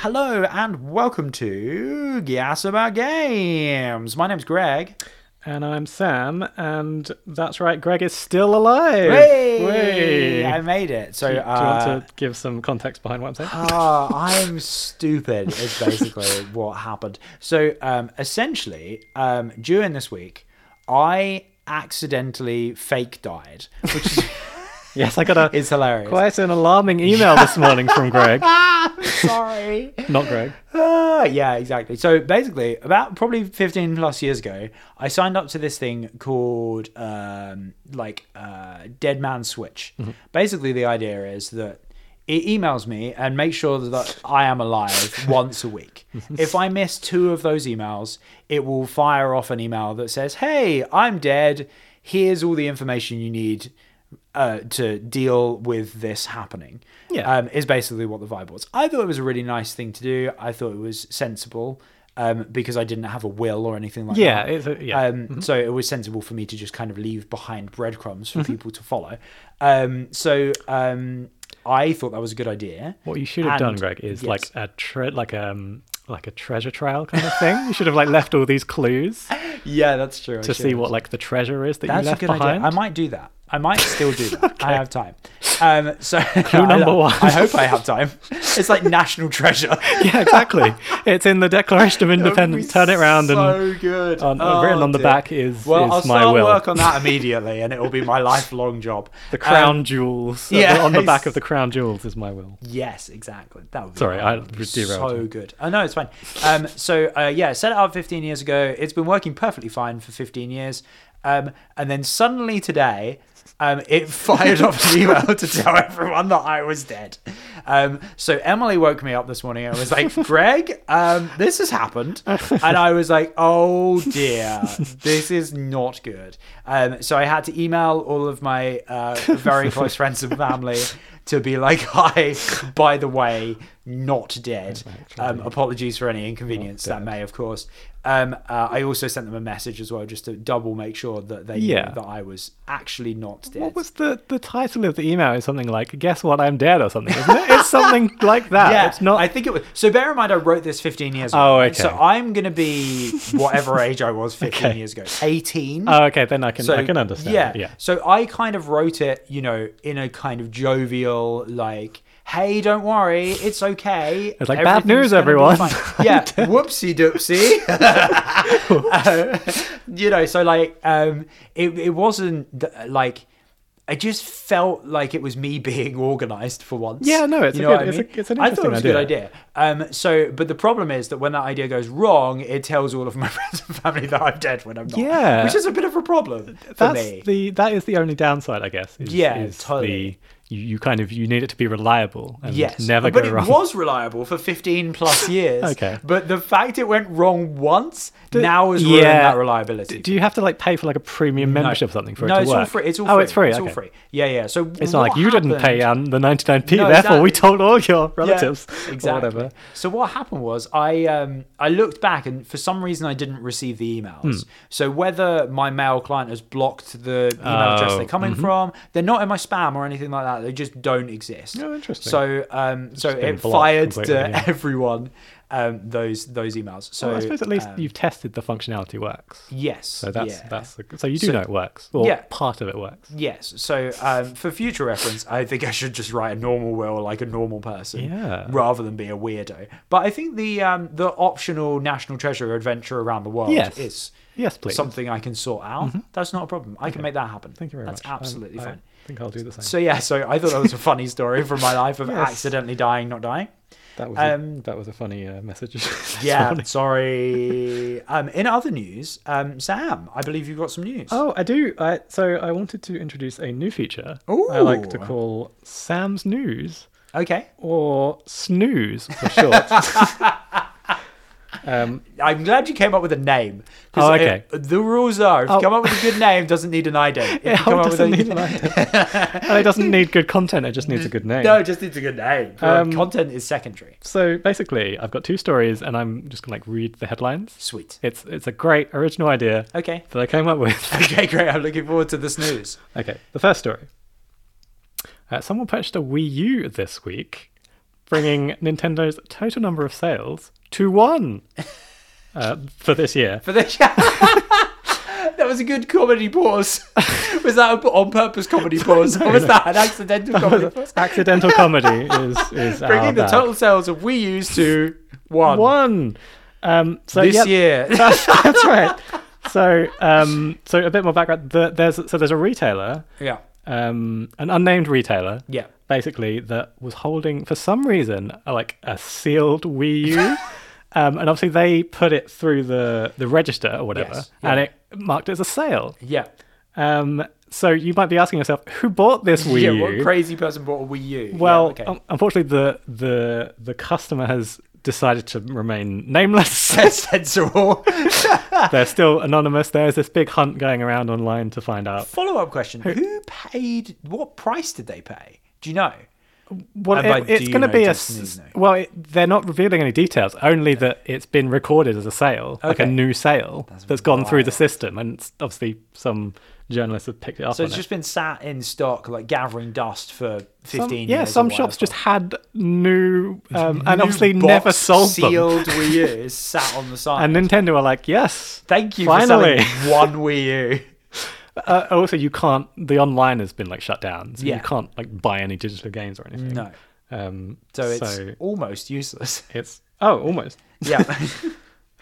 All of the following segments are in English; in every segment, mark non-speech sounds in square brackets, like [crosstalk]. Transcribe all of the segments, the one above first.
Hello and welcome to Gas About Games. My name's Greg. And I'm Sam, and that's right, Greg is still alive. Hey, Whey! I made it. So do, you- do you uh, want to give some context behind what I'm saying? Ah, I'm stupid. Is basically what happened. So, um, essentially, um, during this week, I accidentally fake died, which is, [laughs] yes, I got a is hilarious. quite an alarming email this morning from [laughs] Greg. Ah, I'm sorry. Not Greg. Ah, yeah, exactly. So basically, about probably 15 plus years ago, I signed up to this thing called um, like uh, Dead Man Switch. Basically, the idea is that it emails me and makes sure that I am alive once a week. If I miss two of those emails, it will fire off an email that says, Hey, I'm dead. Here's all the information you need uh, to deal with this happening. Yeah. Um, is basically what the vibe was. I thought it was a really nice thing to do. I thought it was sensible um, because I didn't have a will or anything like Yeah, that. it's a- yeah. Mm-hmm. Um, So it was sensible for me to just kind of leave behind breadcrumbs Mm-hmm. for people to follow. Um, so um, I thought that was a good idea. What you should have done, And- Greg, is yes. like a tre- like um like a treasure trial kind of thing. You should have like left all these clues yeah, that's true. I [laughs] to should see have. what like the treasure is that That's you a left good behind. idea. I might do that. I might still [laughs] do that. I have time. Um, so Clue [laughs] I- number one. I hope I have time. [laughs] It's like national treasure. [laughs] yeah, exactly. it's in the Declaration of Independence. Turn it round and so good. on, written Oh, on the dear. back is Well, is I'll my start will. work on that immediately, and it will be my [laughs] lifelong job. The crown jewels. yeah, Um, [laughs] Yeah, on the it's- back of the crown jewels is my will. Yes, exactly. That would be Sorry, I that'd be derailed So you. good. Oh no, it's fine. Um, so uh, yeah, set it up 15 years ago. It's been working perfectly fine for 15 years, um, and then suddenly today, um, it [laughs] fired off an email to tell everyone that I was dead. Um, so Emily woke me up this morning and was like, "Greg, um, this has happened," and I was like, "Oh dear, this is not good." Um, so I had to email all of my uh, very close friends and family to be like, [laughs] hi, by the way, not dead. Um, apologies for any inconvenience that may, of course. Um, uh, I also sent them a message as well, just to double make sure that they Yeah. knew that I was actually not dead. What was the, the title of the email? Is something like "Guess what? I'm dead" or something, isn't it? [laughs] It's something like that. yeah, It's not. I think it was. So bear in mind, I wrote this 15 years ago. Oh, right? So okay. I'm gonna be [laughs] whatever age I was 15 Okay. years ago, 18. oh, okay. Then I can So I can understand. Yeah. it, yeah. So I kind of wrote it, you know, in a kind of jovial, like, "Hey, don't worry, it's okay." It's like, "Bad news, everything's gonna be everyone." [laughs] fine." yeah. Whoopsie doopsie. Uh, [laughs] you know, so like, um, it it wasn't th- like. I just felt like it was me [laughs] being organized for once. Yeah, no, it's you a know what good- I it's a- mean? it's an I thought it was interesting a good idea. Um, so, but the problem is that when that idea goes wrong, it tells all of my [laughs] friends and family that I'm dead when I'm not. Yeah. which is a bit of a problem [laughs] for That's me. the that is the only downside, I guess. Is, Yeah, is totally. The, you, you kind of you need it to be reliable and Yes, never but go it wrong. was reliable for [laughs] 15 plus years. Okay. but the fact it went wrong once now is ruined yeah. that reliability. Do you have to like pay for like a premium membership or something for it no, to it's work? all free. It's all oh, free. it's free. It's all okay. free. Yeah, yeah. So It's not like you didn't pay um, the 99p. No, therefore, we exactly. told all your relatives Yeah, or exactly. whatever. So what happened was I um, I looked back and for some reason I didn't receive the emails. Hmm. So whether my mail client has blocked the email address Oh, they're coming from, they're not in my spam or anything like that. They just don't exist. Oh, interesting. So um, so been it blocked fired to completely, yeah. [laughs] everyone um, those those emails. So Well, I suppose at least um, you've tested the functionality works. yes. So that's yeah. that's so you do know it works, or yeah. part of it works. Yes. So um, for future reference, I think I should just write a normal will like a normal person, Yeah. rather than be a weirdo. But I think the um, the optional National Treasure adventure around the world Yes. is Yes, please. Mm-hmm. something I can sort out. That's not a problem. I can make that happen. Thank you very That's much. I'm- absolutely I fine. think I'll do the same. So yeah. So I thought that was a funny story from my life [laughs] of Yes. accidentally dying, not dying. that was um, a, that was a funny uh, message. [laughs] this Yeah. morning. sorry. Um, in other news, um, Sam, I believe you've got some news. Oh, I do. I, so I wanted to introduce a new feature. I like to Ooh. call Sam's News Okay. or Snooze for short. um, I'm glad you came up with a name. 'cause Oh, it- okay. the rules are: if you Oh. come up with a good name, doesn't need an idea. [laughs] If you yeah, come it up with a- doesn't need an idea. and it doesn't need good content. It just needs a good name. no, it just needs a good name. The Um, content is secondary. So basically, I've got two stories, and I'm just gonna like read the headlines. Sweet. It's it's a great original idea Okay. [laughs] that I came up with. Okay, great. I'm looking forward to the snooze. okay, the first story. Uh, someone purchased a Wii U this week, [laughs] bringing Nintendo's total number of sales to one uh, for this year. For this, [laughs] yeah. that was a good comedy pause. [laughs] was that a on [laughs] purpose comedy pause, or was that an accidental comedy pause? Accidental comedy is [laughs] is our Bringing the bag. total sales of Wii U's to one, Ah, one. Um, so this yeah, year. that's, [laughs] that's right. So um, so a bit more background. The, there's so there's a retailer, [laughs] yeah, um, an unnamed retailer, yeah. basically that was holding for some reason a- like a sealed Wii U, [laughs] um, and obviously they put it through the the register or whatever, Yes, and it marked it as a sale. Yeah. Um, so you might be asking yourself, who bought this Wii [laughs] yeah, U? what crazy person bought a Wii U? well, um, yeah, okay. un- unfortunately, the the the customer has decided to remain [laughs] nameless. [laughs] [laughs] that's sensible. They're still anonymous. There's this big hunt going around online to find out Follow up question: Who paid? What price did they pay? Do you know? Well, And it- by do it's you going to know, be a. Justin s- is no. Well, it, they're not revealing any details. Only that it's been recorded as a sale, like a Okay. new sale that's gone through the system, and it's obviously some journalists have picked it up. So on it's it. just been sat in stock, like gathering dust for fifteen Some- years. yeah, or some shops whatever. just had new, um, and New obviously box never sold them. [laughs] sealed Wii U's sat on the side. And Nintendo are like, yes. Thank you Finally. for selling one Wii U. [laughs] Uh, also, you can't. The online has been like shut down, so Yeah. you can't like buy any digital games or anything. No, Um, so it's so [laughs] almost useless. it's oh almost. Yeah,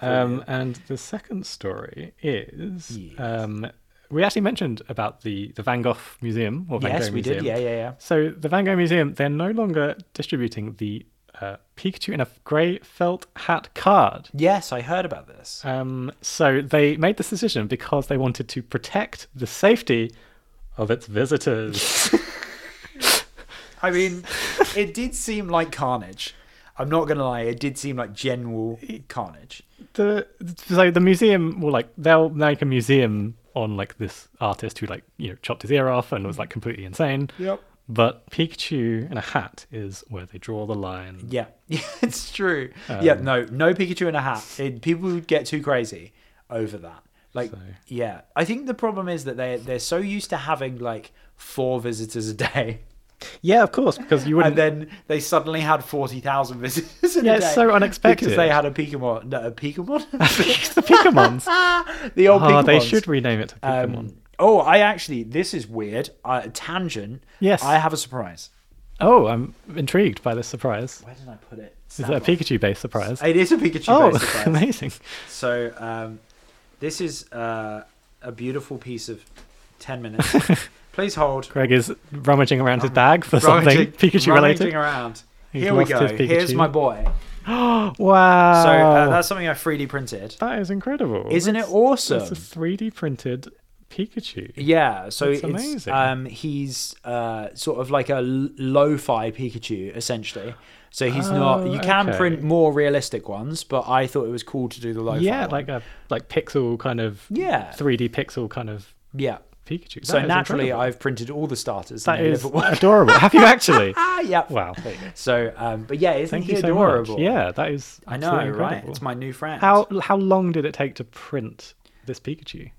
Um, and the second story is Yes. um, we actually mentioned about the, the Van Gogh Museum or Van yes, Gogh we Museum. did. Yeah, yeah, yeah. So the Van Gogh Museum, they're no longer distributing the uh, Pikachu in a grey felt hat card. Yes, I heard about this. Um, so they made this decision because they wanted to protect the safety of its [laughs] visitors. I mean, it did seem like carnage. I'm not gonna lie, it did seem like general carnage. the so the museum will like they'll make a museum on like this artist who like you know chopped his ear off and was like completely insane. Yep. But Pikachu in a hat is where they draw the line. Yeah, [laughs] yeah, it's true. yeah, Um, no, no Pikachu in a hat. It, people would get too crazy over that. Like, yeah, I think the problem is that they they're so used to having like four visitors a day, Yeah, of course, because you and wouldn't. then they suddenly had forty thousand [laughs] visitors. In Yeah, a it's day so unexpected. because they had a Pokemon, no, [laughs] a Pokemon, [laughs] the Pokemons. the old Ah, Pokemon. they should rename it to Pokemon. Oh, Um, oh, I actually, this is weird. Uh, tangent. Yes. I have a surprise. oh, I'm intrigued by this surprise. Where did I put it? Is it a Soundbox. Pikachu-based surprise? It is a Pikachu. oh, [laughs] surprise. amazing! So um, this is uh, a beautiful piece of ten minutes. [laughs] Please hold. Greg is rummaging around his bag for Rummaging- something [laughs] Pikachu-related. rummaging around. He's Here we lost go. his Pikachu. Oh. Here's my boy. Wow! So uh, that's something I 3D printed. that is incredible. Isn't it That's- awesome? That's a 3D printed Pikachu. Yeah, so That's it's amazing. um he's uh sort of like a l- lo-fi Pikachu essentially. So he's not Oh, you can okay. print more realistic ones, but I thought it was cool to do the lo-fi. Yeah, one. like a like pixel kind of Yeah. 3D pixel kind of yeah. Pikachu. So That is naturally incredible. I've printed all the starters. That and they is never work. adorable. Have you actually? [laughs] Ah, yeah. Wow. [laughs] So, um, but yeah, isn't Thank he you so adorable? much. Yeah, that is. I know, absolutely right? incredible. It's my new friend. How how long did it take to print this Pikachu?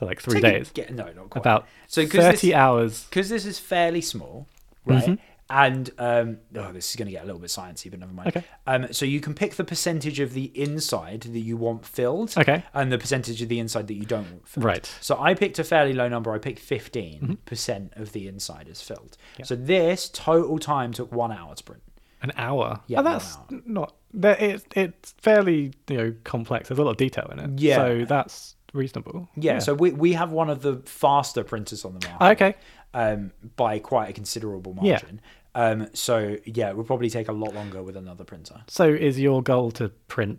So like three Take a days. ge- no, not quite. About so 'cause thirty this, hours. because this is fairly small, right? Mm-hmm. And um, oh, this is going to get a little bit sciencey, but never mind. Okay. Um, so you can pick the percentage of the inside that you want filled, Okay. and the percentage of the inside that you don't want filled. Right. Mm-hmm. So I picked a fairly low number. I picked fifteen percent of the inside is filled. So this total time took one hour to print. An hour. Yeah, Oh, that's one not. That it, it's fairly you know complex. There's a lot of detail in it. Yeah. So that's reasonable. Yeah, so we, we have one of the faster printers on the market. Okay. Um, by quite a considerable Yeah. margin. Um, so yeah, it will probably take a lot longer with another printer. So is your goal to print?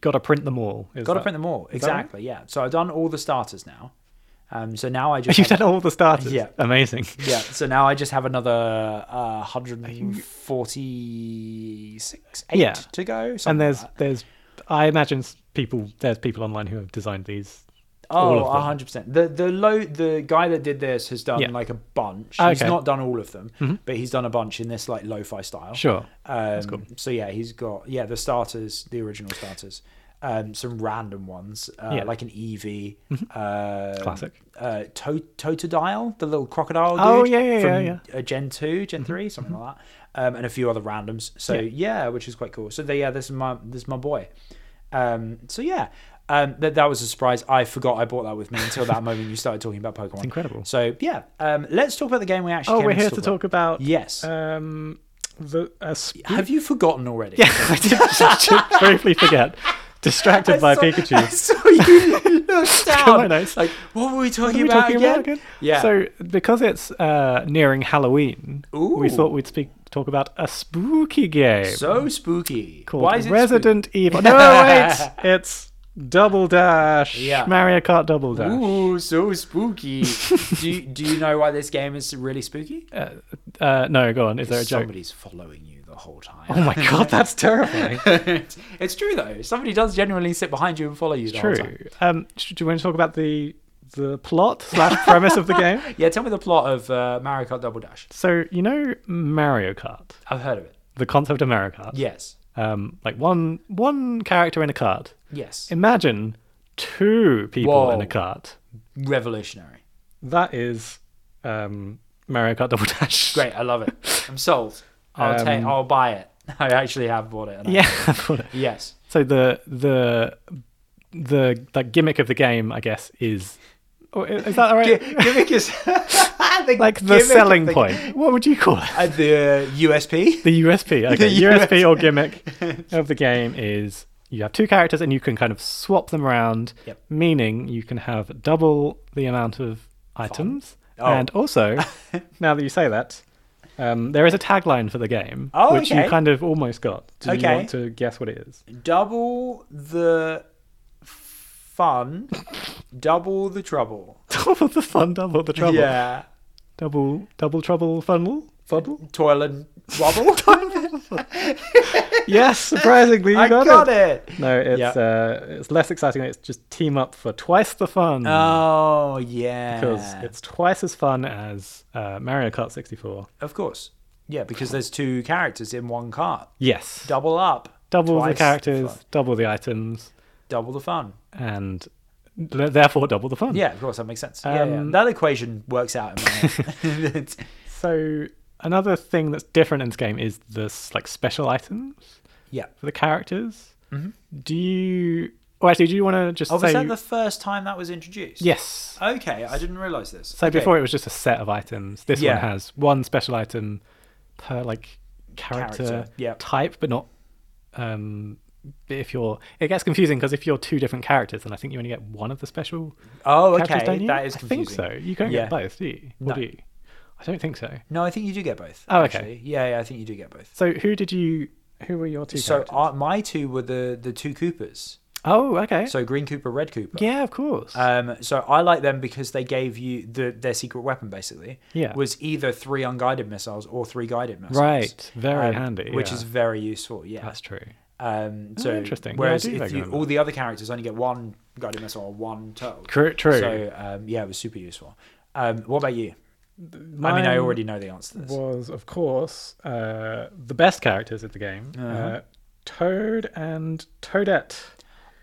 Got to print them all. Is Got to that- print them all. that right? Exactly. Yeah. So I've done all the starters now. Um, so now [laughs] I [laughs] just You've have- done all the starters. Yeah. Amazing. [laughs] yeah. So now I just have another uh, 146 eight Yeah. to go. something and there's like that. there's I imagine s- people there's people online who have designed these. all oh of them. 100 percent. The the low the guy that did this has done Yeah. Ah, like a bunch. He's Okay. Mm-hmm. not done all of them, but he's done a bunch in this like lo-fi style. Sure. Um, So yeah, he's got yeah the starters, the original starters, um, some random ones, uh, Yeah. Mm-hmm. like an Eevee, uh, Classic. uh, to- Totodile, the little crocodile. Dude Oh, yeah, yeah, from, yeah, Mm-hmm. Uh, Gen two, Gen three, something like that, um, and a few other randoms. So yeah, Yeah. which is quite cool. So they, yeah, this is my this is my boy. Um, so yeah. Um, that, that was a surprise. I forgot I brought that with me until that moment you started talking about Pokemon. incredible. So yeah, um, let's talk about the game we actually. Oh, came we're in here to about. talk about Yes. um the uh, sp- Have you forgotten already? yeah, [laughs] I did [laughs] just briefly forget. Distracted [laughs] by saw- I Pikachu. saw you [laughs] looked Come on, down. Ace. Like, what were we talking, What are we about, talking again? about again? Yeah. So because it's uh, nearing Halloween, we Ooh. thought we'd speak talk about a spooky game so spooky. called Why is it Resident [laughs] Evil. No, [laughs] wait, it's Double Dash. Yeah. Mario Kart Double Dash. spoo- [laughs] Ooh, so spooky. do you, do you know why this game is really spooky? Uh, uh, no, go on. Is there a joke? Somebody's following you the whole time. Oh my god, that's terrifying. [laughs] it's true though. Somebody does genuinely sit behind you and follow you the whole time. True. Um, sh- do you want to talk about the the plot slash premise of the [laughs] game? Yeah, tell me the plot of uh, Mario Kart Double Dash. So you know Mario Kart, I've heard of it. the concept of Mario Kart. Yes. Um, like one one character in a cart. Yes. Imagine two people in Whoa. a cart. Revolutionary. That is um, Mario Kart Double Dash. [laughs] Great, I love it. I'm sold. I'll take. I'll buy it. [laughs] I actually have bought it. and I- [laughs] Um, Yeah. I thought it- [laughs] Yes. so the the the like gimmick of the game, I guess, is oh, i- is that all right? gimmick is the like the gimmick of selling the- point. What would you call it? Uh, the USP. The [laughs] USP. Okay. The USP or [laughs] gimmick of the game is you have two characters and you can kind of swap them around, Yep. meaning you can have double the amount of items. Oh. And also, [laughs] now that you say that, um, there is a tagline for the game, Oh, which okay. you kind of almost got. Do Okay. you want to guess what it is? [laughs] Double the fun. Double the trouble. Double the fun, double the trouble. Yeah. Double, double trouble, funnel, [laughs] funnel. Toil and trouble. yes, surprisingly, [laughs] you I got, got it. No, it's Yeah. uh, it's less exciting. It's just team up for twice the fun. Oh yeah. because it's twice as fun as uh, Mario Kart 64. of course. Yeah, because there's two characters in one cart. Yes. Double up. double the Twice characters, fun. double the items, Double the fun. and th- therefore double the fun. Yeah, of course that makes sense. yeah, yeah, Um, that equation works out in my head. [laughs] [laughs] It's- So another thing that's different in this game is this like special items yeah. for the characters. Do you? Oh, actually, do you want to just Mm-hmm. Oh, say? was that the first time that was introduced? yes. Okay, I didn't realize this. So Okay, before it was just a set of items. This Yeah. one has one special item per like character, Character, yeah. type, but not. Um, but if you're, it gets confusing because if you're two different characters, then I think you only get one of the special Oh, characters. okay. Don't you? That is I confusing. think so. You can't Yeah. get both, do you? Or No. do you? I don't think so. No, I think you do get both. Oh, okay. actually. Yeah, yeah, I think you do get both. So who did you? Who were your two? So characters? uh, my two were the the two Coopers. oh, okay. So Green Cooper, Red Cooper. yeah, of course. Um, so I like them because they gave you the their secret weapon basically. Yeah. Was either three unguided missiles or three guided missiles. right. Very Um, handy. Which yeah. is very useful. Yeah. that's true. Um, so interesting. Yeah, I Whereas do if like you, that. all the other characters only get one guided missile or one turtle. True. True. So um, yeah, it was super useful. Um, what about you? I mean, I Mine- already know the answer to this. was, of course, uh, the best characters of the game Uh-huh. uh, Toad and Toadette.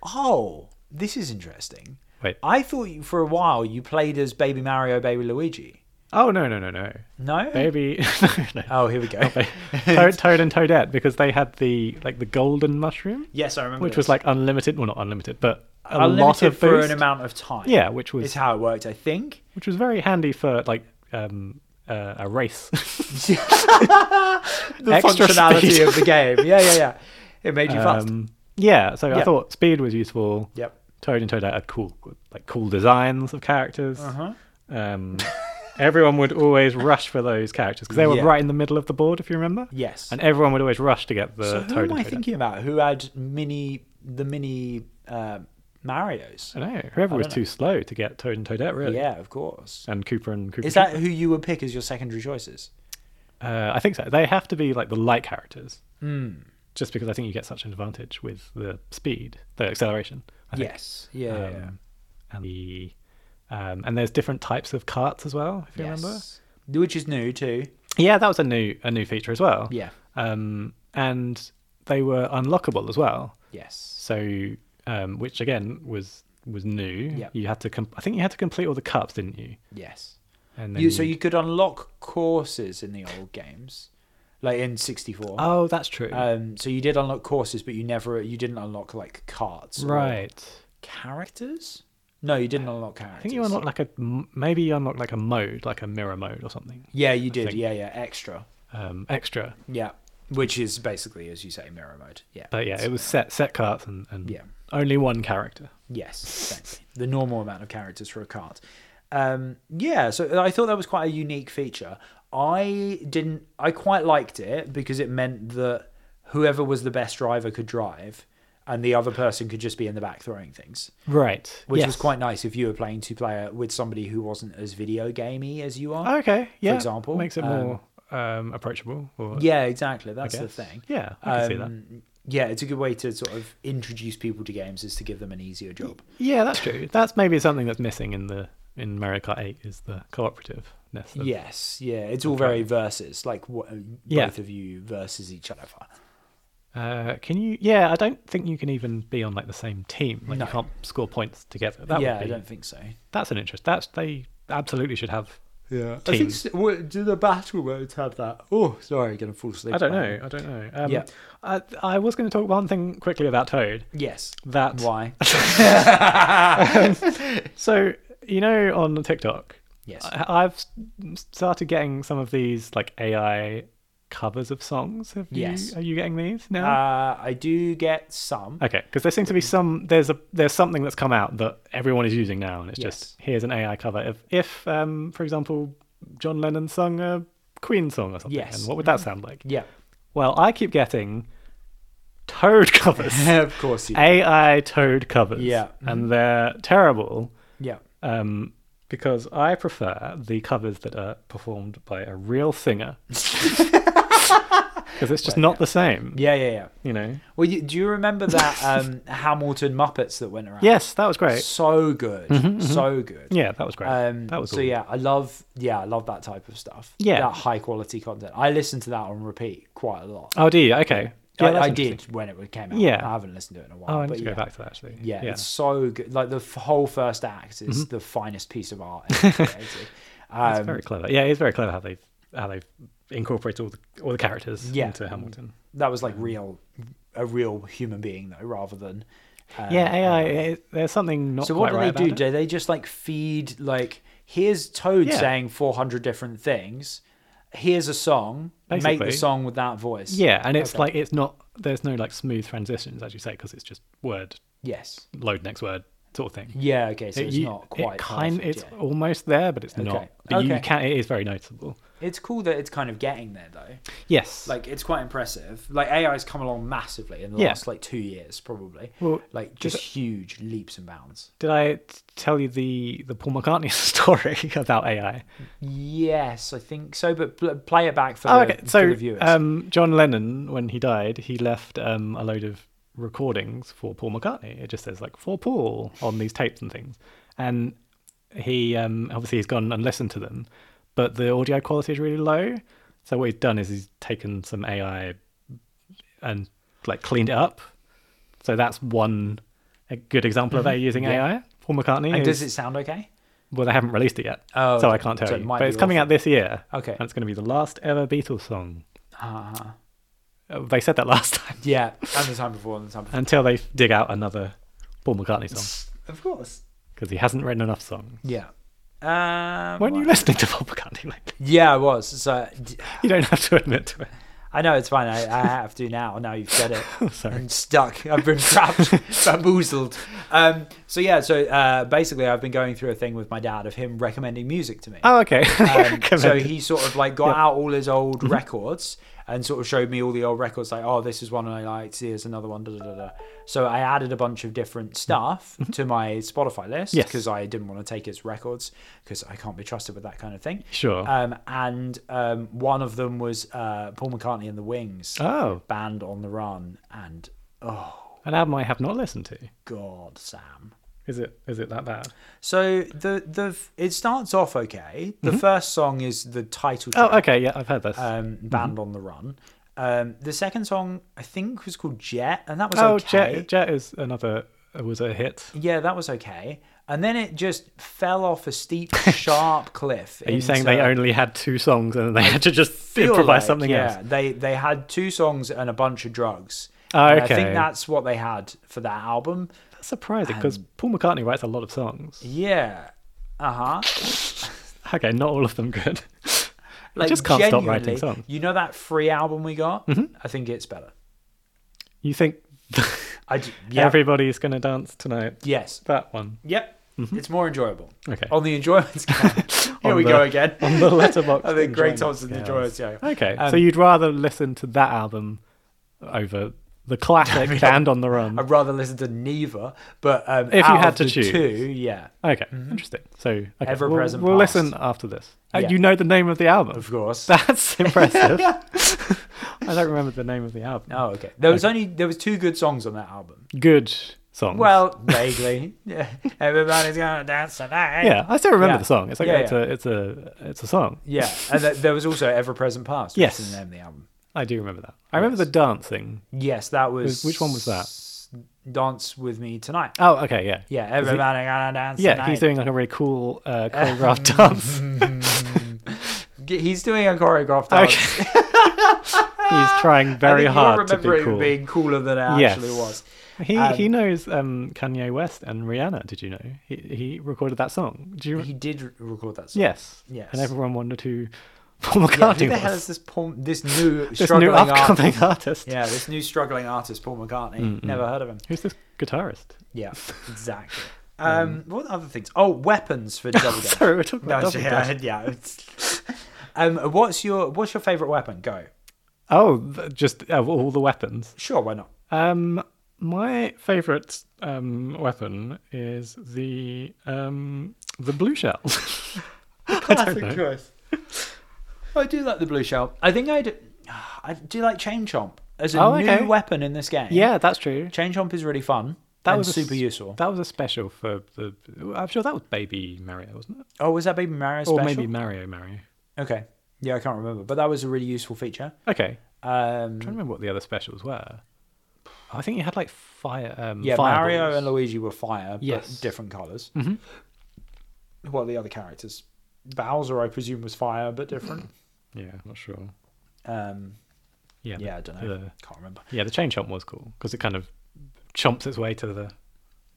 Oh, this is interesting. Wait. I thought you, for a while you played as Baby Mario, Baby Luigi. Oh, no, no, no, no. No. Baby. [laughs] no, [laughs] no. Oh, here we go. Toad, Toad and Toadette, because they had the like the golden mushroom, yes, I remember. which this. was like unlimited. Well, not unlimited, but a Unlimited lot of for boost. an amount of time. Yeah, which is was how it worked, I think. which was very handy for like um, uh, a [laughs] race. [laughs] The Extra functionality speed. of the game. Yeah, yeah, yeah. It made you fast. um, yeah, so Yeah. I thought speed was useful. Yep. Toad and Toadette had cool, like cool designs of characters. Um, everyone would always rush for those characters because they were Yeah. right in the middle of the board, if you remember. Yes. And everyone would always rush to get the so Toad who am and I Toadette. thinking about? Who had mini the mini uh, Marios? I don't know. Whoever was don't too slow to get Toad and Toadette, really. Yeah, of course. And Cooper and Cooper. Is that who you would pick as your secondary choices? Uh, I think so. They have to be like the light characters. Just because I think you get such an advantage with the speed, the acceleration. I think. Yes. Yeah. yeah, yeah. Um, and the um, and there's different types of carts as well, if you remember. Yes. Which is new too. Yeah, that was a new a new feature as well. Yeah. Um, and they were unlockable as well. Yes. So um, which again was was new. Yep. You had to, com- I think you had to complete all the cups, didn't you? Yes. And You, so you could unlock courses in the old games, like in 64. oh, that's true, Um, so you did unlock courses, but you never you didn't unlock like carts, or right? characters? No, you didn't unlock characters. I think you unlocked like a m- maybe you unlocked like a mode, like a mirror mode or something Yeah, you did. think. Yeah, yeah, extra. um, extra. Yeah, which is basically as you say, mirror mode. Yeah. But yeah, it was set set cards and, and Yeah. only one character. Yes, exactly. the normal amount of characters for a cart. Um, yeah, so I thought that was quite a unique feature. I didn't. I quite liked it because it meant that whoever was the best driver could drive, and the other person could just be in the back throwing things, Right, which yes. was quite nice if you were playing two player with somebody who wasn't as video gamey as you are. okay. Yeah, example, makes it um, more um, approachable. Or, yeah, exactly. That's the guess. thing. Um, Yeah, I can see that. Yeah, it's a good way to sort of introduce people to games is to give them an easier job. Yeah, that's true. That's maybe something that's missing in the in Mario Kart 8 is the cooperativeness. Of, Yes, yeah, it's all very versus, like what, uh, Yeah. both of you versus each other. Uh, can you? Yeah, I don't think you can even be on like the same team. Like No. you can't score points together. That yeah, would I be, don't think so. That's an interest. That's they absolutely should have. Yeah, I think Teams. so. well, do the battle modes have that? Oh, sorry, gonna fall asleep. I don't now. know. I don't know. Um, Yeah. I, I was going to talk one thing quickly about Toad. Yes, That [laughs] why? so you know on TikTok, yes, I, I've s- started getting some of these like AI covers of songs. Have you- Yes. are you getting these now? uh, I do get some. Okay, because there seems to be Mm-hmm. some there's a there's something that's come out that everyone is using now, and it's just here's an AI cover. If if um for example John Lennon sung a Queen song or something, Yes. and what would that sound like? Yeah, Well, I keep getting Toad [laughs] covers, [laughs] of course you. do. AI Toad covers, Yeah. Mm-hmm. and they're terrible. Yeah, Um, because I prefer the covers that are performed by a real [laughs] singer. [laughs] Because it's just not the same, yeah, yeah, yeah. you know. Well, you, do you remember that um, [laughs] Hamilton Muppets that went around? Yes, that was great. so good, Mm-hmm, so good. Yeah, that was great. Um, that was so all. yeah, I love yeah, I love that type of stuff. Yeah. that high quality content. I listen to that on repeat quite a lot. Oh, do you? Okay. Yeah, I, that's I interesting. did when it came out. Yeah. I haven't listened to it in a while. Oh, I need but to yeah. go back to that actually. Yeah, it's so good. Like the f- whole first act is Mm-hmm. the finest piece [laughs] of art. ever created. It's um, very clever. Yeah, it's very clever how they've how they've incorporated all the all the characters Yeah. into Hamilton. that was like real, a real human being though, rather than. Um, yeah, AI. it- there's something not So quite what do right they do? about it. Do they just like feed like here's Toad Yeah. saying four hundred different things? Here's a song. Make Basically. the song with that voice. Yeah, and it's Okay. like it's not. There's no like smooth transitions, as you say, because it's just word Yes. load next word sort of thing. Yeah. Okay. So It- it's you- not quite. It kind. perfect, it's yeah. almost there, but it's not. Okay. But you Okay. can. It is very noticeable. It's cool that it's kind of getting there though. Yes. Like it's quite impressive. Like AI's come along massively in the Yeah. last like two years probably. Well, like just huge leaps and bounds. did I t- tell you the the Paul McCartney [laughs] story about AI? Yes, I think so. But pl- play it back for, Oh, the, okay. for So, the viewers. um, John Lennon, when he died, he left um, a load of recordings for Paul McCartney. It just says like for Paul on these tapes and things, and he um, obviously he's gone and listened to them, but the audio quality is really low. So what he's done is he's taken some AI and like cleaned it up. So that's one a good example of AI using AI. Paul McCartney. Mm-hmm. and is- does it sound okay? well, they haven't released it yet, Oh, so I okay. can't tell So it you. might But be it's coming out this year. Okay. and it's going to be the last ever Beatles song. Uh, Uh, they said that [laughs] last time yeah, and the time before, and the time before. until they dig out another Paul McCartney song Of course. because he hasn't written enough songs. Yeah. Um, Weren't you well- listening to Paul McCartney? Like, Yeah, I was. So d- [laughs] you don't have to admit to it. I know it's fine. I, I have to now. Now you've said [laughs] it. Sorry. I'm stuck. I've [laughs] been trapped, bamboozled. Um, so yeah. So uh, basically, I've been going through a thing with my dad of him recommending music to me. Oh, okay. [laughs] Um, so Commended. he sort of like got out all his old Mm-hmm. records and sort of showed me all the old records like oh this is one i liked here's another one da, da, da, da. so i added a bunch of different stuff to my spotify list Mm-hmm. Yes. because i didn't want to take his records because i can't be trusted with that kind of thing Sure. um, and um, one of them was uh, paul mccartney and the wings oh, band on the run and oh an album I have not listened to. god sam Is it? Is it that bad? so the the it starts off okay the first song is the title track Mm-hmm. Oh, okay. Yeah, I've heard this. um, band on the run. Um, the second song I think was called Jet, and that was oh, okay. Jet, Jet is another was a hit. Yeah, that was okay. And then it just fell off a [laughs] steep, sharp cliff. Are you saying they only had two songs and they had to just improvise something yeah, else? They they had two songs and a bunch of drugs. Ah, And I okay. think that's what they had for that album. That's Um, surprising because Paul McCartney writes a lot of songs. Yeah. Uh huh. Okay, not all of them good. [laughs] I just can't stop writing songs. Mm-hmm. You know that free album we got? I think it's better. You think [laughs] I d- yeah. everybody's going to dance tonight? yes. That one. Yep. Mm-hmm. It's more enjoyable. Okay. On the enjoyment scale. Here On we the- go again. On [laughs] the letterbox. [laughs] I think Greg enjoyment Thompson the scales. enjoyment scale. Okay, Um, so you'd rather listen to that album over the [laughs] classic Band on the Run. I'd rather listen to neither, but If um, you out had of to the choose. two, yeah, Okay, interesting. So okay, Ever we'll, present we'll Mm-hmm. past. listen after this. Uh, Yeah. You know the name of the album. of [laughs] course. [laughs] That's impressive. [laughs] I don't remember the name of the album. Oh, okay. There was only there was two good songs on that album. Good songs. [laughs] Well, vaguely. [laughs] yeah. Everybody's gonna dance tonight. yeah, I still remember Yeah. the song. It's like Yeah, it's yeah. a it's a it's a song. Yeah, and th- there was also Ever Present Past. Which Yes. is the name of the album. I do remember that. I remember the dancing. Yes, that was. Which one was that? Dance with me tonight. Oh, okay, yeah, Yeah, everybody gonna dance yeah. tonight. He's doing like a really cool [laughs] uh, choreographed dance. G- He's doing a choreographed dance. Okay. he's trying Ah, I very think you'll hard to remember be it cool. being cooler than it Yes. actually was. He Um, he knows um, Kanye West and Rihanna. Did you know he he recorded that song? Do you? He did re- record that song. yes. Yes. And everyone wondered who [laughs] Paul Yeah, McCartney who the hell was. is this porn, this new [laughs] This struggling new upcoming [laughs] artist? artist. Yeah, this new struggling artist, Paul McCartney. Never heard of him. Who's this [laughs] guitarist? [laughs] Yeah, exactly. um, what other things? Oh, weapons [laughs] for double death. [laughs] Sorry, we're talking no, about Double yeah, Dash. yeah. it's- [laughs] um, what's your what's your favorite weapon? Go. Oh, th- just of all the weapons. Sure, [laughs] why not? Um, my favourite um, weapon is the um, the blue shell. [laughs] Classic know. choice. I do like the blue shell. I think I'd. I do like chain chomp as a Oh, new okay. weapon in this game. yeah, that's true. chain chomp is really fun. That and was a super s- useful. That was a special for the. I'm sure that was Baby Mario, wasn't it? oh, was that Baby Mario Or special? maybe Mario Mario. Okay. Yeah, I can't remember, but that was a really useful feature. Okay, Um, I don't remember what the other specials were. I think you had like fire. Um, Yeah, Mario fireballs. and Luigi were fire, Yes. Mm-hmm. but different colors. What are the other characters? Bowser, I presume, was fire, but different. Yeah, not sure. Um, Yeah, yeah, I the- don't know. the- Can't remember. yeah, the chain chomp was cool because it kind of chomps its way to the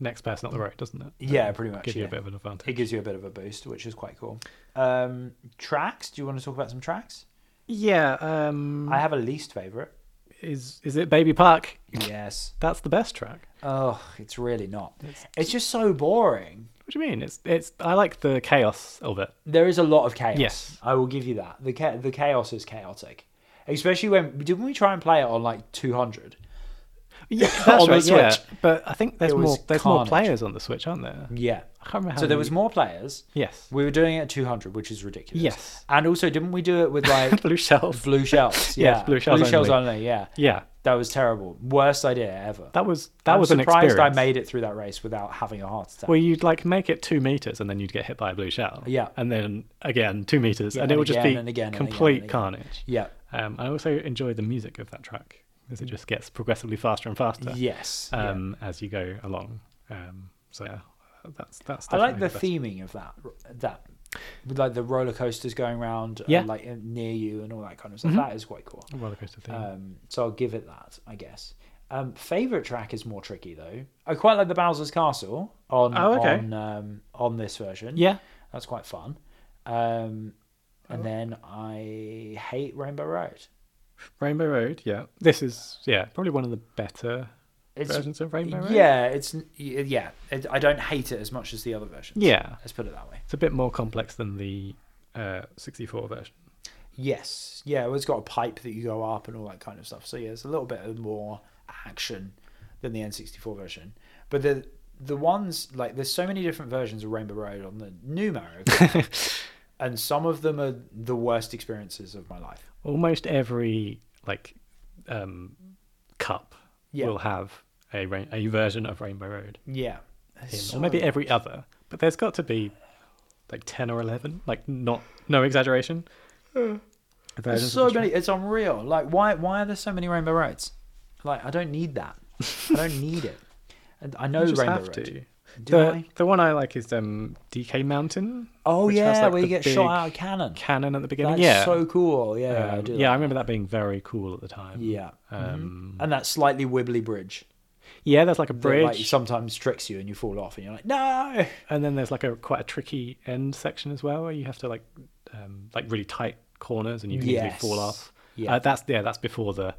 next person up the road, doesn't it? Yeah, pretty much. Give you Yeah. a bit of an It advantage. gives you a bit of a boost, which is quite cool. Um, tracks? Do you want to talk about some tracks? Mm-hmm. Yeah. Um, I have a least favorite. is is it Baby Park? Yes. That's the best track. Oh, it's really not. It's just so boring. What do you mean? It's it's. I like the chaos of it. There is a lot of chaos. Yes. I will give you that. The cha- the chaos is chaotic, especially when didn't we try and play it on like two hundred? Yeah, [laughs] On the yeah. Switch. But I think there's It was more there's more carnage. players on the Switch, aren't there? Yeah. I can't remember. How So there many- was more players. Yes. We were doing it at two hundred, which is ridiculous. Yes. And also, didn't we do it with [laughs] like Blue shells. [laughs] blue shells? Yeah, Yes, blue shells only. Yeah, Yeah. that was terrible. Worst idea ever. That was that I'm was an surprised experience. I made it through that race without having a heart attack. Well, you'd like make it two meters and then you'd get hit by a blue shell. Yeah. And then again, two meters. Yeah, and it and would just again, be and again, and again, complete and again. carnage. yeah. Um, I also enjoy the music of that track because it just gets progressively faster and faster Yes. Mm. yeah. um, as you go along. Um, so yeah, that's, that's I like definitely the best. theming of that. That with like the roller coasters going around, Yeah. Mm-hmm. and, like uh, near you and all that kind of stuff. That is quite cool. Roller coaster theme. Um, so I'll give it that, I guess. Um, favorite track is more tricky though. I quite like the Bowser's Castle on Oh, okay. on um, on this version. yeah. Oh. that's quite fun. Um, and then I hate Rainbow Road. Rainbow Road. Yeah. This is, yeah, probably one of the better It's versions of Rainbow Road. yeah, it's yeah. It, I don't hate it as much as the other versions. Yeah. let's put it that way. It's a bit more complex than the uh, 64 version. Yes, yeah. Well, it's got a pipe that you go up and all that kind of stuff. So yeah, it's a little bit of more action than the N64 version. But the the ones like there's so many different versions of Rainbow Road on the new Mario, [laughs] Kart, and some of them are the worst experiences of my life. almost every like um, cup Yeah. will have a ra- a version of Rainbow Road, Yeah, in, It's so- or maybe every other. But there's got to be like ten or eleven, like not no exaggeration. Uh, there's versions so of the many. It's [laughs] unreal. Like why why are there so many Rainbow Roads? Like I don't need that. I don't need it. And I know You just Rainbow have Road. to. Do The, I? the one I like is um, DK Mountain. Oh which yeah, has, like, where you the get shot big out of cannon. Cannon at the beginning. That's yeah. so cool. Yeah, I Um, do. yeah, I like remember that being very cool at the time. that. yeah. Um, And that slightly wibbly bridge Yeah, there's like a that bridge, like, sometimes tricks you and you fall off and you're like, no. and then there's like a quite a tricky end section as well, where you have to like um, like really tight corners, and you can easily fall Yes. off. Yeah. Uh, that's yeah, that's before the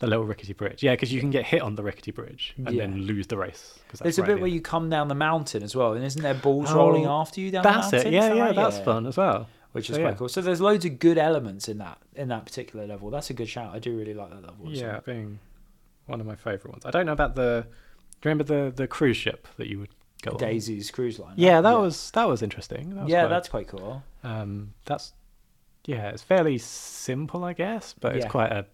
the little rickety bridge. Yeah, because you can get hit on the rickety bridge and then Yeah. lose the race. 'cause that's There's a right at bit the where end. you come down the mountain as well, and isn't there balls rolling Oh, after you down That's the it. mountain? Yeah, Is that yeah, right? that's fun as well. Which So, is quite yeah. cool. So there's loads of good elements in that in that particular level. That's a good shout. I do really like that level. as well. Yeah, being one of my favorite ones. I don't know about the. Do you remember the the cruise ship that you would go on? Daisy's cruise line. Yeah, that was that was interesting. That was yeah, quite- that's quite cool. um, that's yeah, it's fairly simple, I guess, but it's Yeah. quite a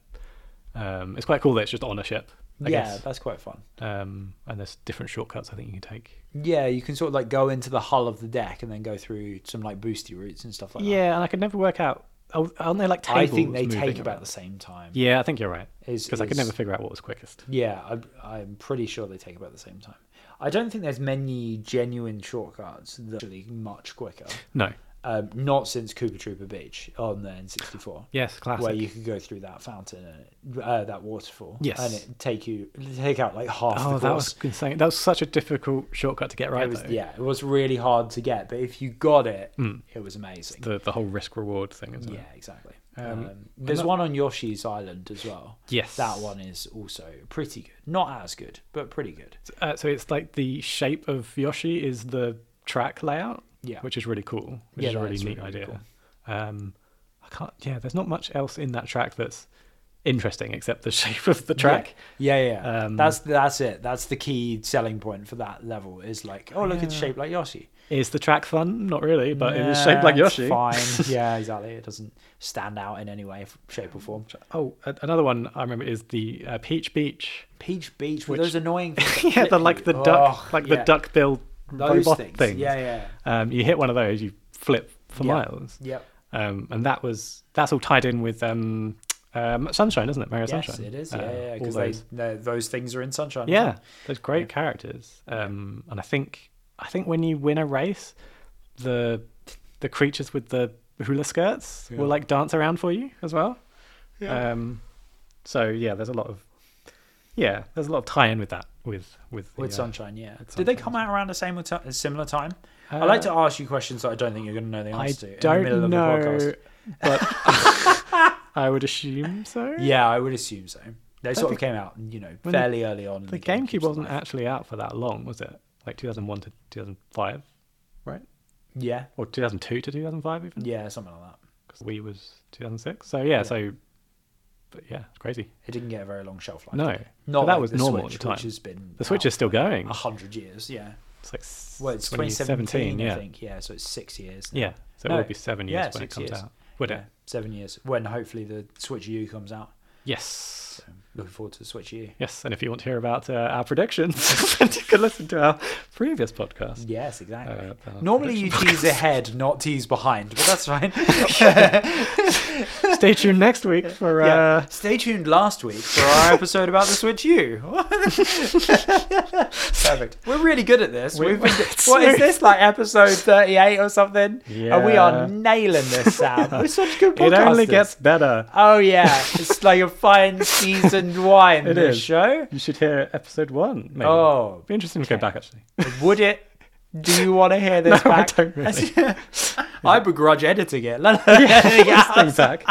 um, it's quite cool that it's just on a ship. I yeah, guess. that's quite fun. Um, and there's different shortcuts I think you can take. Yeah, you can sort of like go into the hull of the deck and then go through some like boosty routes and stuff like that. yeah, and I could never work out. Oh, aren't they like tables? I think they moving take about around? the same time. Yeah, I think you're right. Is- Because I could is- never figure out what was quickest. Yeah, I, I'm pretty sure they take about the same time. I don't think there's many genuine shortcuts that are actually much quicker. No. Um, not since Cooper Trooper Beach on the N64, Yes, classic. where you could go through that fountain and it, uh, that waterfall. Yes. and it take you it'd take out like half. oh, the that course. was insane. That was such a difficult shortcut to get right. It was though. yeah, it was really hard to get, but if you got it, Hmm. it was amazing. The the whole risk reward thing as well. Yeah, exactly. Um, Um, there's not- one on Yoshi's Island as well. Yes. That one is also pretty good. Not as good, but pretty good. Uh, so it's like the shape of Yoshi is the track layout, Yeah. which is really cool, which Yeah, is a that really is neat really, really idea. Um, I can't, yeah, there's not much else in that track that's interesting except the [laughs] shape of the track. Yeah, yeah. yeah. Um, that's that's it. That's the key selling point for that level is like, oh look, it's Yeah. shaped like Yoshi. Is the track fun? Not really, but it was Nah, shaped like it's Yoshi. Fine. yeah, exactly. It doesn't stand out in any way, f- shape or form. [laughs] Oh, a- another one I remember is the uh, Peach [laughs] Beach. Peach Beach with Which- those annoying. things [laughs] that yeah, the flip like you. the Ugh, duck, like the Oh, yeah. duck bill Those robot things. things. Yeah, yeah. Um, you hit one of those, you flip for Yeah. miles. Yep. um, and that was that's all tied in with um, um, sunshine, isn't it, Mario Yes, Sunshine? it is. Uh, Yeah, yeah. all Because those, they, those things are in sunshine. as yeah, well. those great characters. Um, and I think I think when you win a race, the the creatures with the hula skirts Yeah. will like dance around for you as well. Yeah. Um, so yeah, there's a lot of yeah, there's a lot of tie-in with that with with the, With uh, sunshine, yeah. with Did they Sunshine Uh, come out around the same ti- a similar time? I like to ask you questions that I don't think you're going to know the I answer to in the middle don't of the know, podcast. but [laughs] I would assume so. Yeah, I would assume so. They sort of think- came out, you know, the- fairly early on. in The GameCube wasn't life. actually out for that long, was it? Like 2001 to 2005, right? Yeah, Or 2002 to 2005 even? yeah, something like that. Because we was 2006. So yeah, so but yeah, it's crazy. It didn't get a very long shelf life. No. did it? But not that like was the normal at Switch, the time. Which has been The Switch out is still going. a hundred years. Yeah, It's like s- well, it's 2017, 2017, yeah. I think. Yeah, so it's six years. now. Yeah. So No. it will be 7 years Yeah, when it six comes years. out. Would yeah, it? seven years when hopefully the Switch U comes out. Yes. So looking forward to the Switch U. Yes, and if you want to hear about uh, our predictions, [laughs] then you can listen to our previous podcast. Yes, exactly. Uh, our Normally [laughs] you prediction tease ahead, not tease behind, but [laughs] that's fine. Stay tuned next [laughs] week for uh, Yeah. Stay tuned last week for our [laughs] episode about the Switch U. Perfect. We're really good at this. We- We've been, [laughs] what is this like episode thirty-eight or something? And we Yeah. are nailing [laughs] this, Sam. We're such good It podcasters. Only Gets Better. Oh yeah, it's like a fine [laughs] seasoned wine. It this is. show. You should hear episode one. Maybe. Oh, It'd be interesting to go back actually. would it? Do you want to hear [laughs] this No, I back? [laughs] don't really. I begrudge editing it. [laughs] Let alone editing [laughs] it out. Thing back.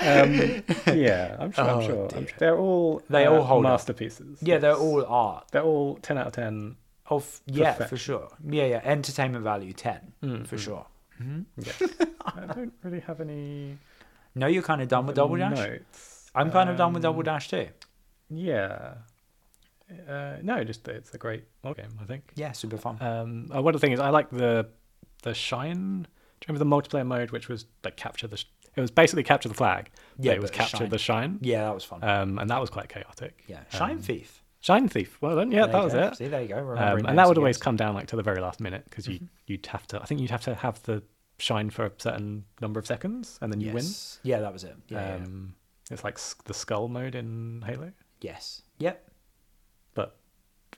Um, [laughs] yeah, I'm sure. I'm Oh, sure. I'm- dear. they're all uh, They all hold up. masterpieces. Yeah, they're It's- all art. they're all ten out of ten. Of yeah, for Perfection. sure. Yeah, yeah. Entertainment value ten Mm, for sure. Yes. [laughs] I don't really have any No, you're kind of done with double dash. notes. I'm kind of done with Um, double dash too. Yeah. Uh, no, just that it's a great mod game. I think. Yeah, super fun. Um, uh, one of the things I like the the shine. Do you remember the multiplayer mode, which was like capture the? Sh- it was basically capture the flag. but Yeah, it was but it's capture shine. the shine. yeah, that was fun. Um, and that was quite chaotic. yeah, Shine um, Thief. Shine thief. Well done. Yeah, There that you was go. it. See, there you go. remembering Mm-hmm. Um, and names that would again. always come down like to the very last minute because you you'd have to. I think you'd have to have the shine for a certain number of seconds, and then you Yes. Yeah, that was it. win. Yeah, yeah, um, It's like s- the skull mode in Halo, yeah. Yes. Yep. but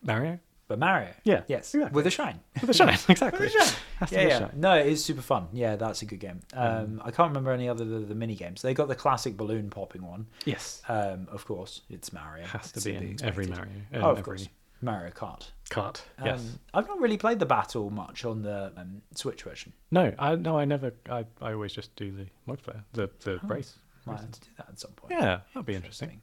Mario. but Mario. Yeah, Yes. exactly. With a shrine. With a shine, [laughs] exactly. Has to yeah, be a yeah. shine. No, it's super fun. Yeah, that's a good game. Um, I can't remember any other of the mini games. They got the classic balloon popping one. Yes, Um, of course, it's Mario. has to It's be to in expected. every Mario. in Oh, of every course, Mario Kart. Cart. Um, yes. I've not really played the battle much on the um, Switch version. No, I no, I never. I, I always just do the multiplayer, the Oh, the race. Might have to do that at some point. Yeah, that'd be interesting.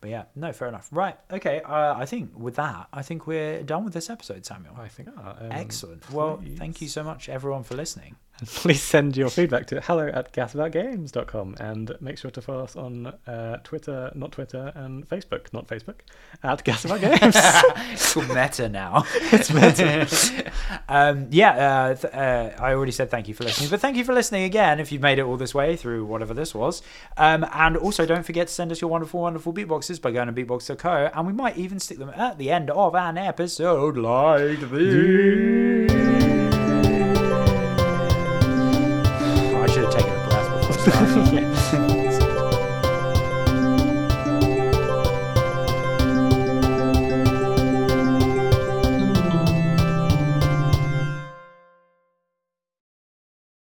But yeah, no, fair enough. Right, okay. Uh, I think with that, I think we're done with this episode, Samuel. I think. ah, um, Excellent. Well, please. thank you so much, everyone, for listening. And [laughs] please send your feedback to hello at gasaboutgames.com and make sure to follow us on uh, Twitter, not Twitter, and Facebook, not Facebook, at gasaboutgames. [laughs] it's called meta now. [laughs] it's meta. [laughs] um, yeah, uh, th- uh, I already said thank you for listening, but thank you for listening again if you've made it all this way through whatever this was. Um, and also, don't forget to send us your wonderful, wonderful beatboxes by going to beatbox.co, and we might even stick them at the end of an episode like [laughs] this. [laughs] I should have taken a breath before starting.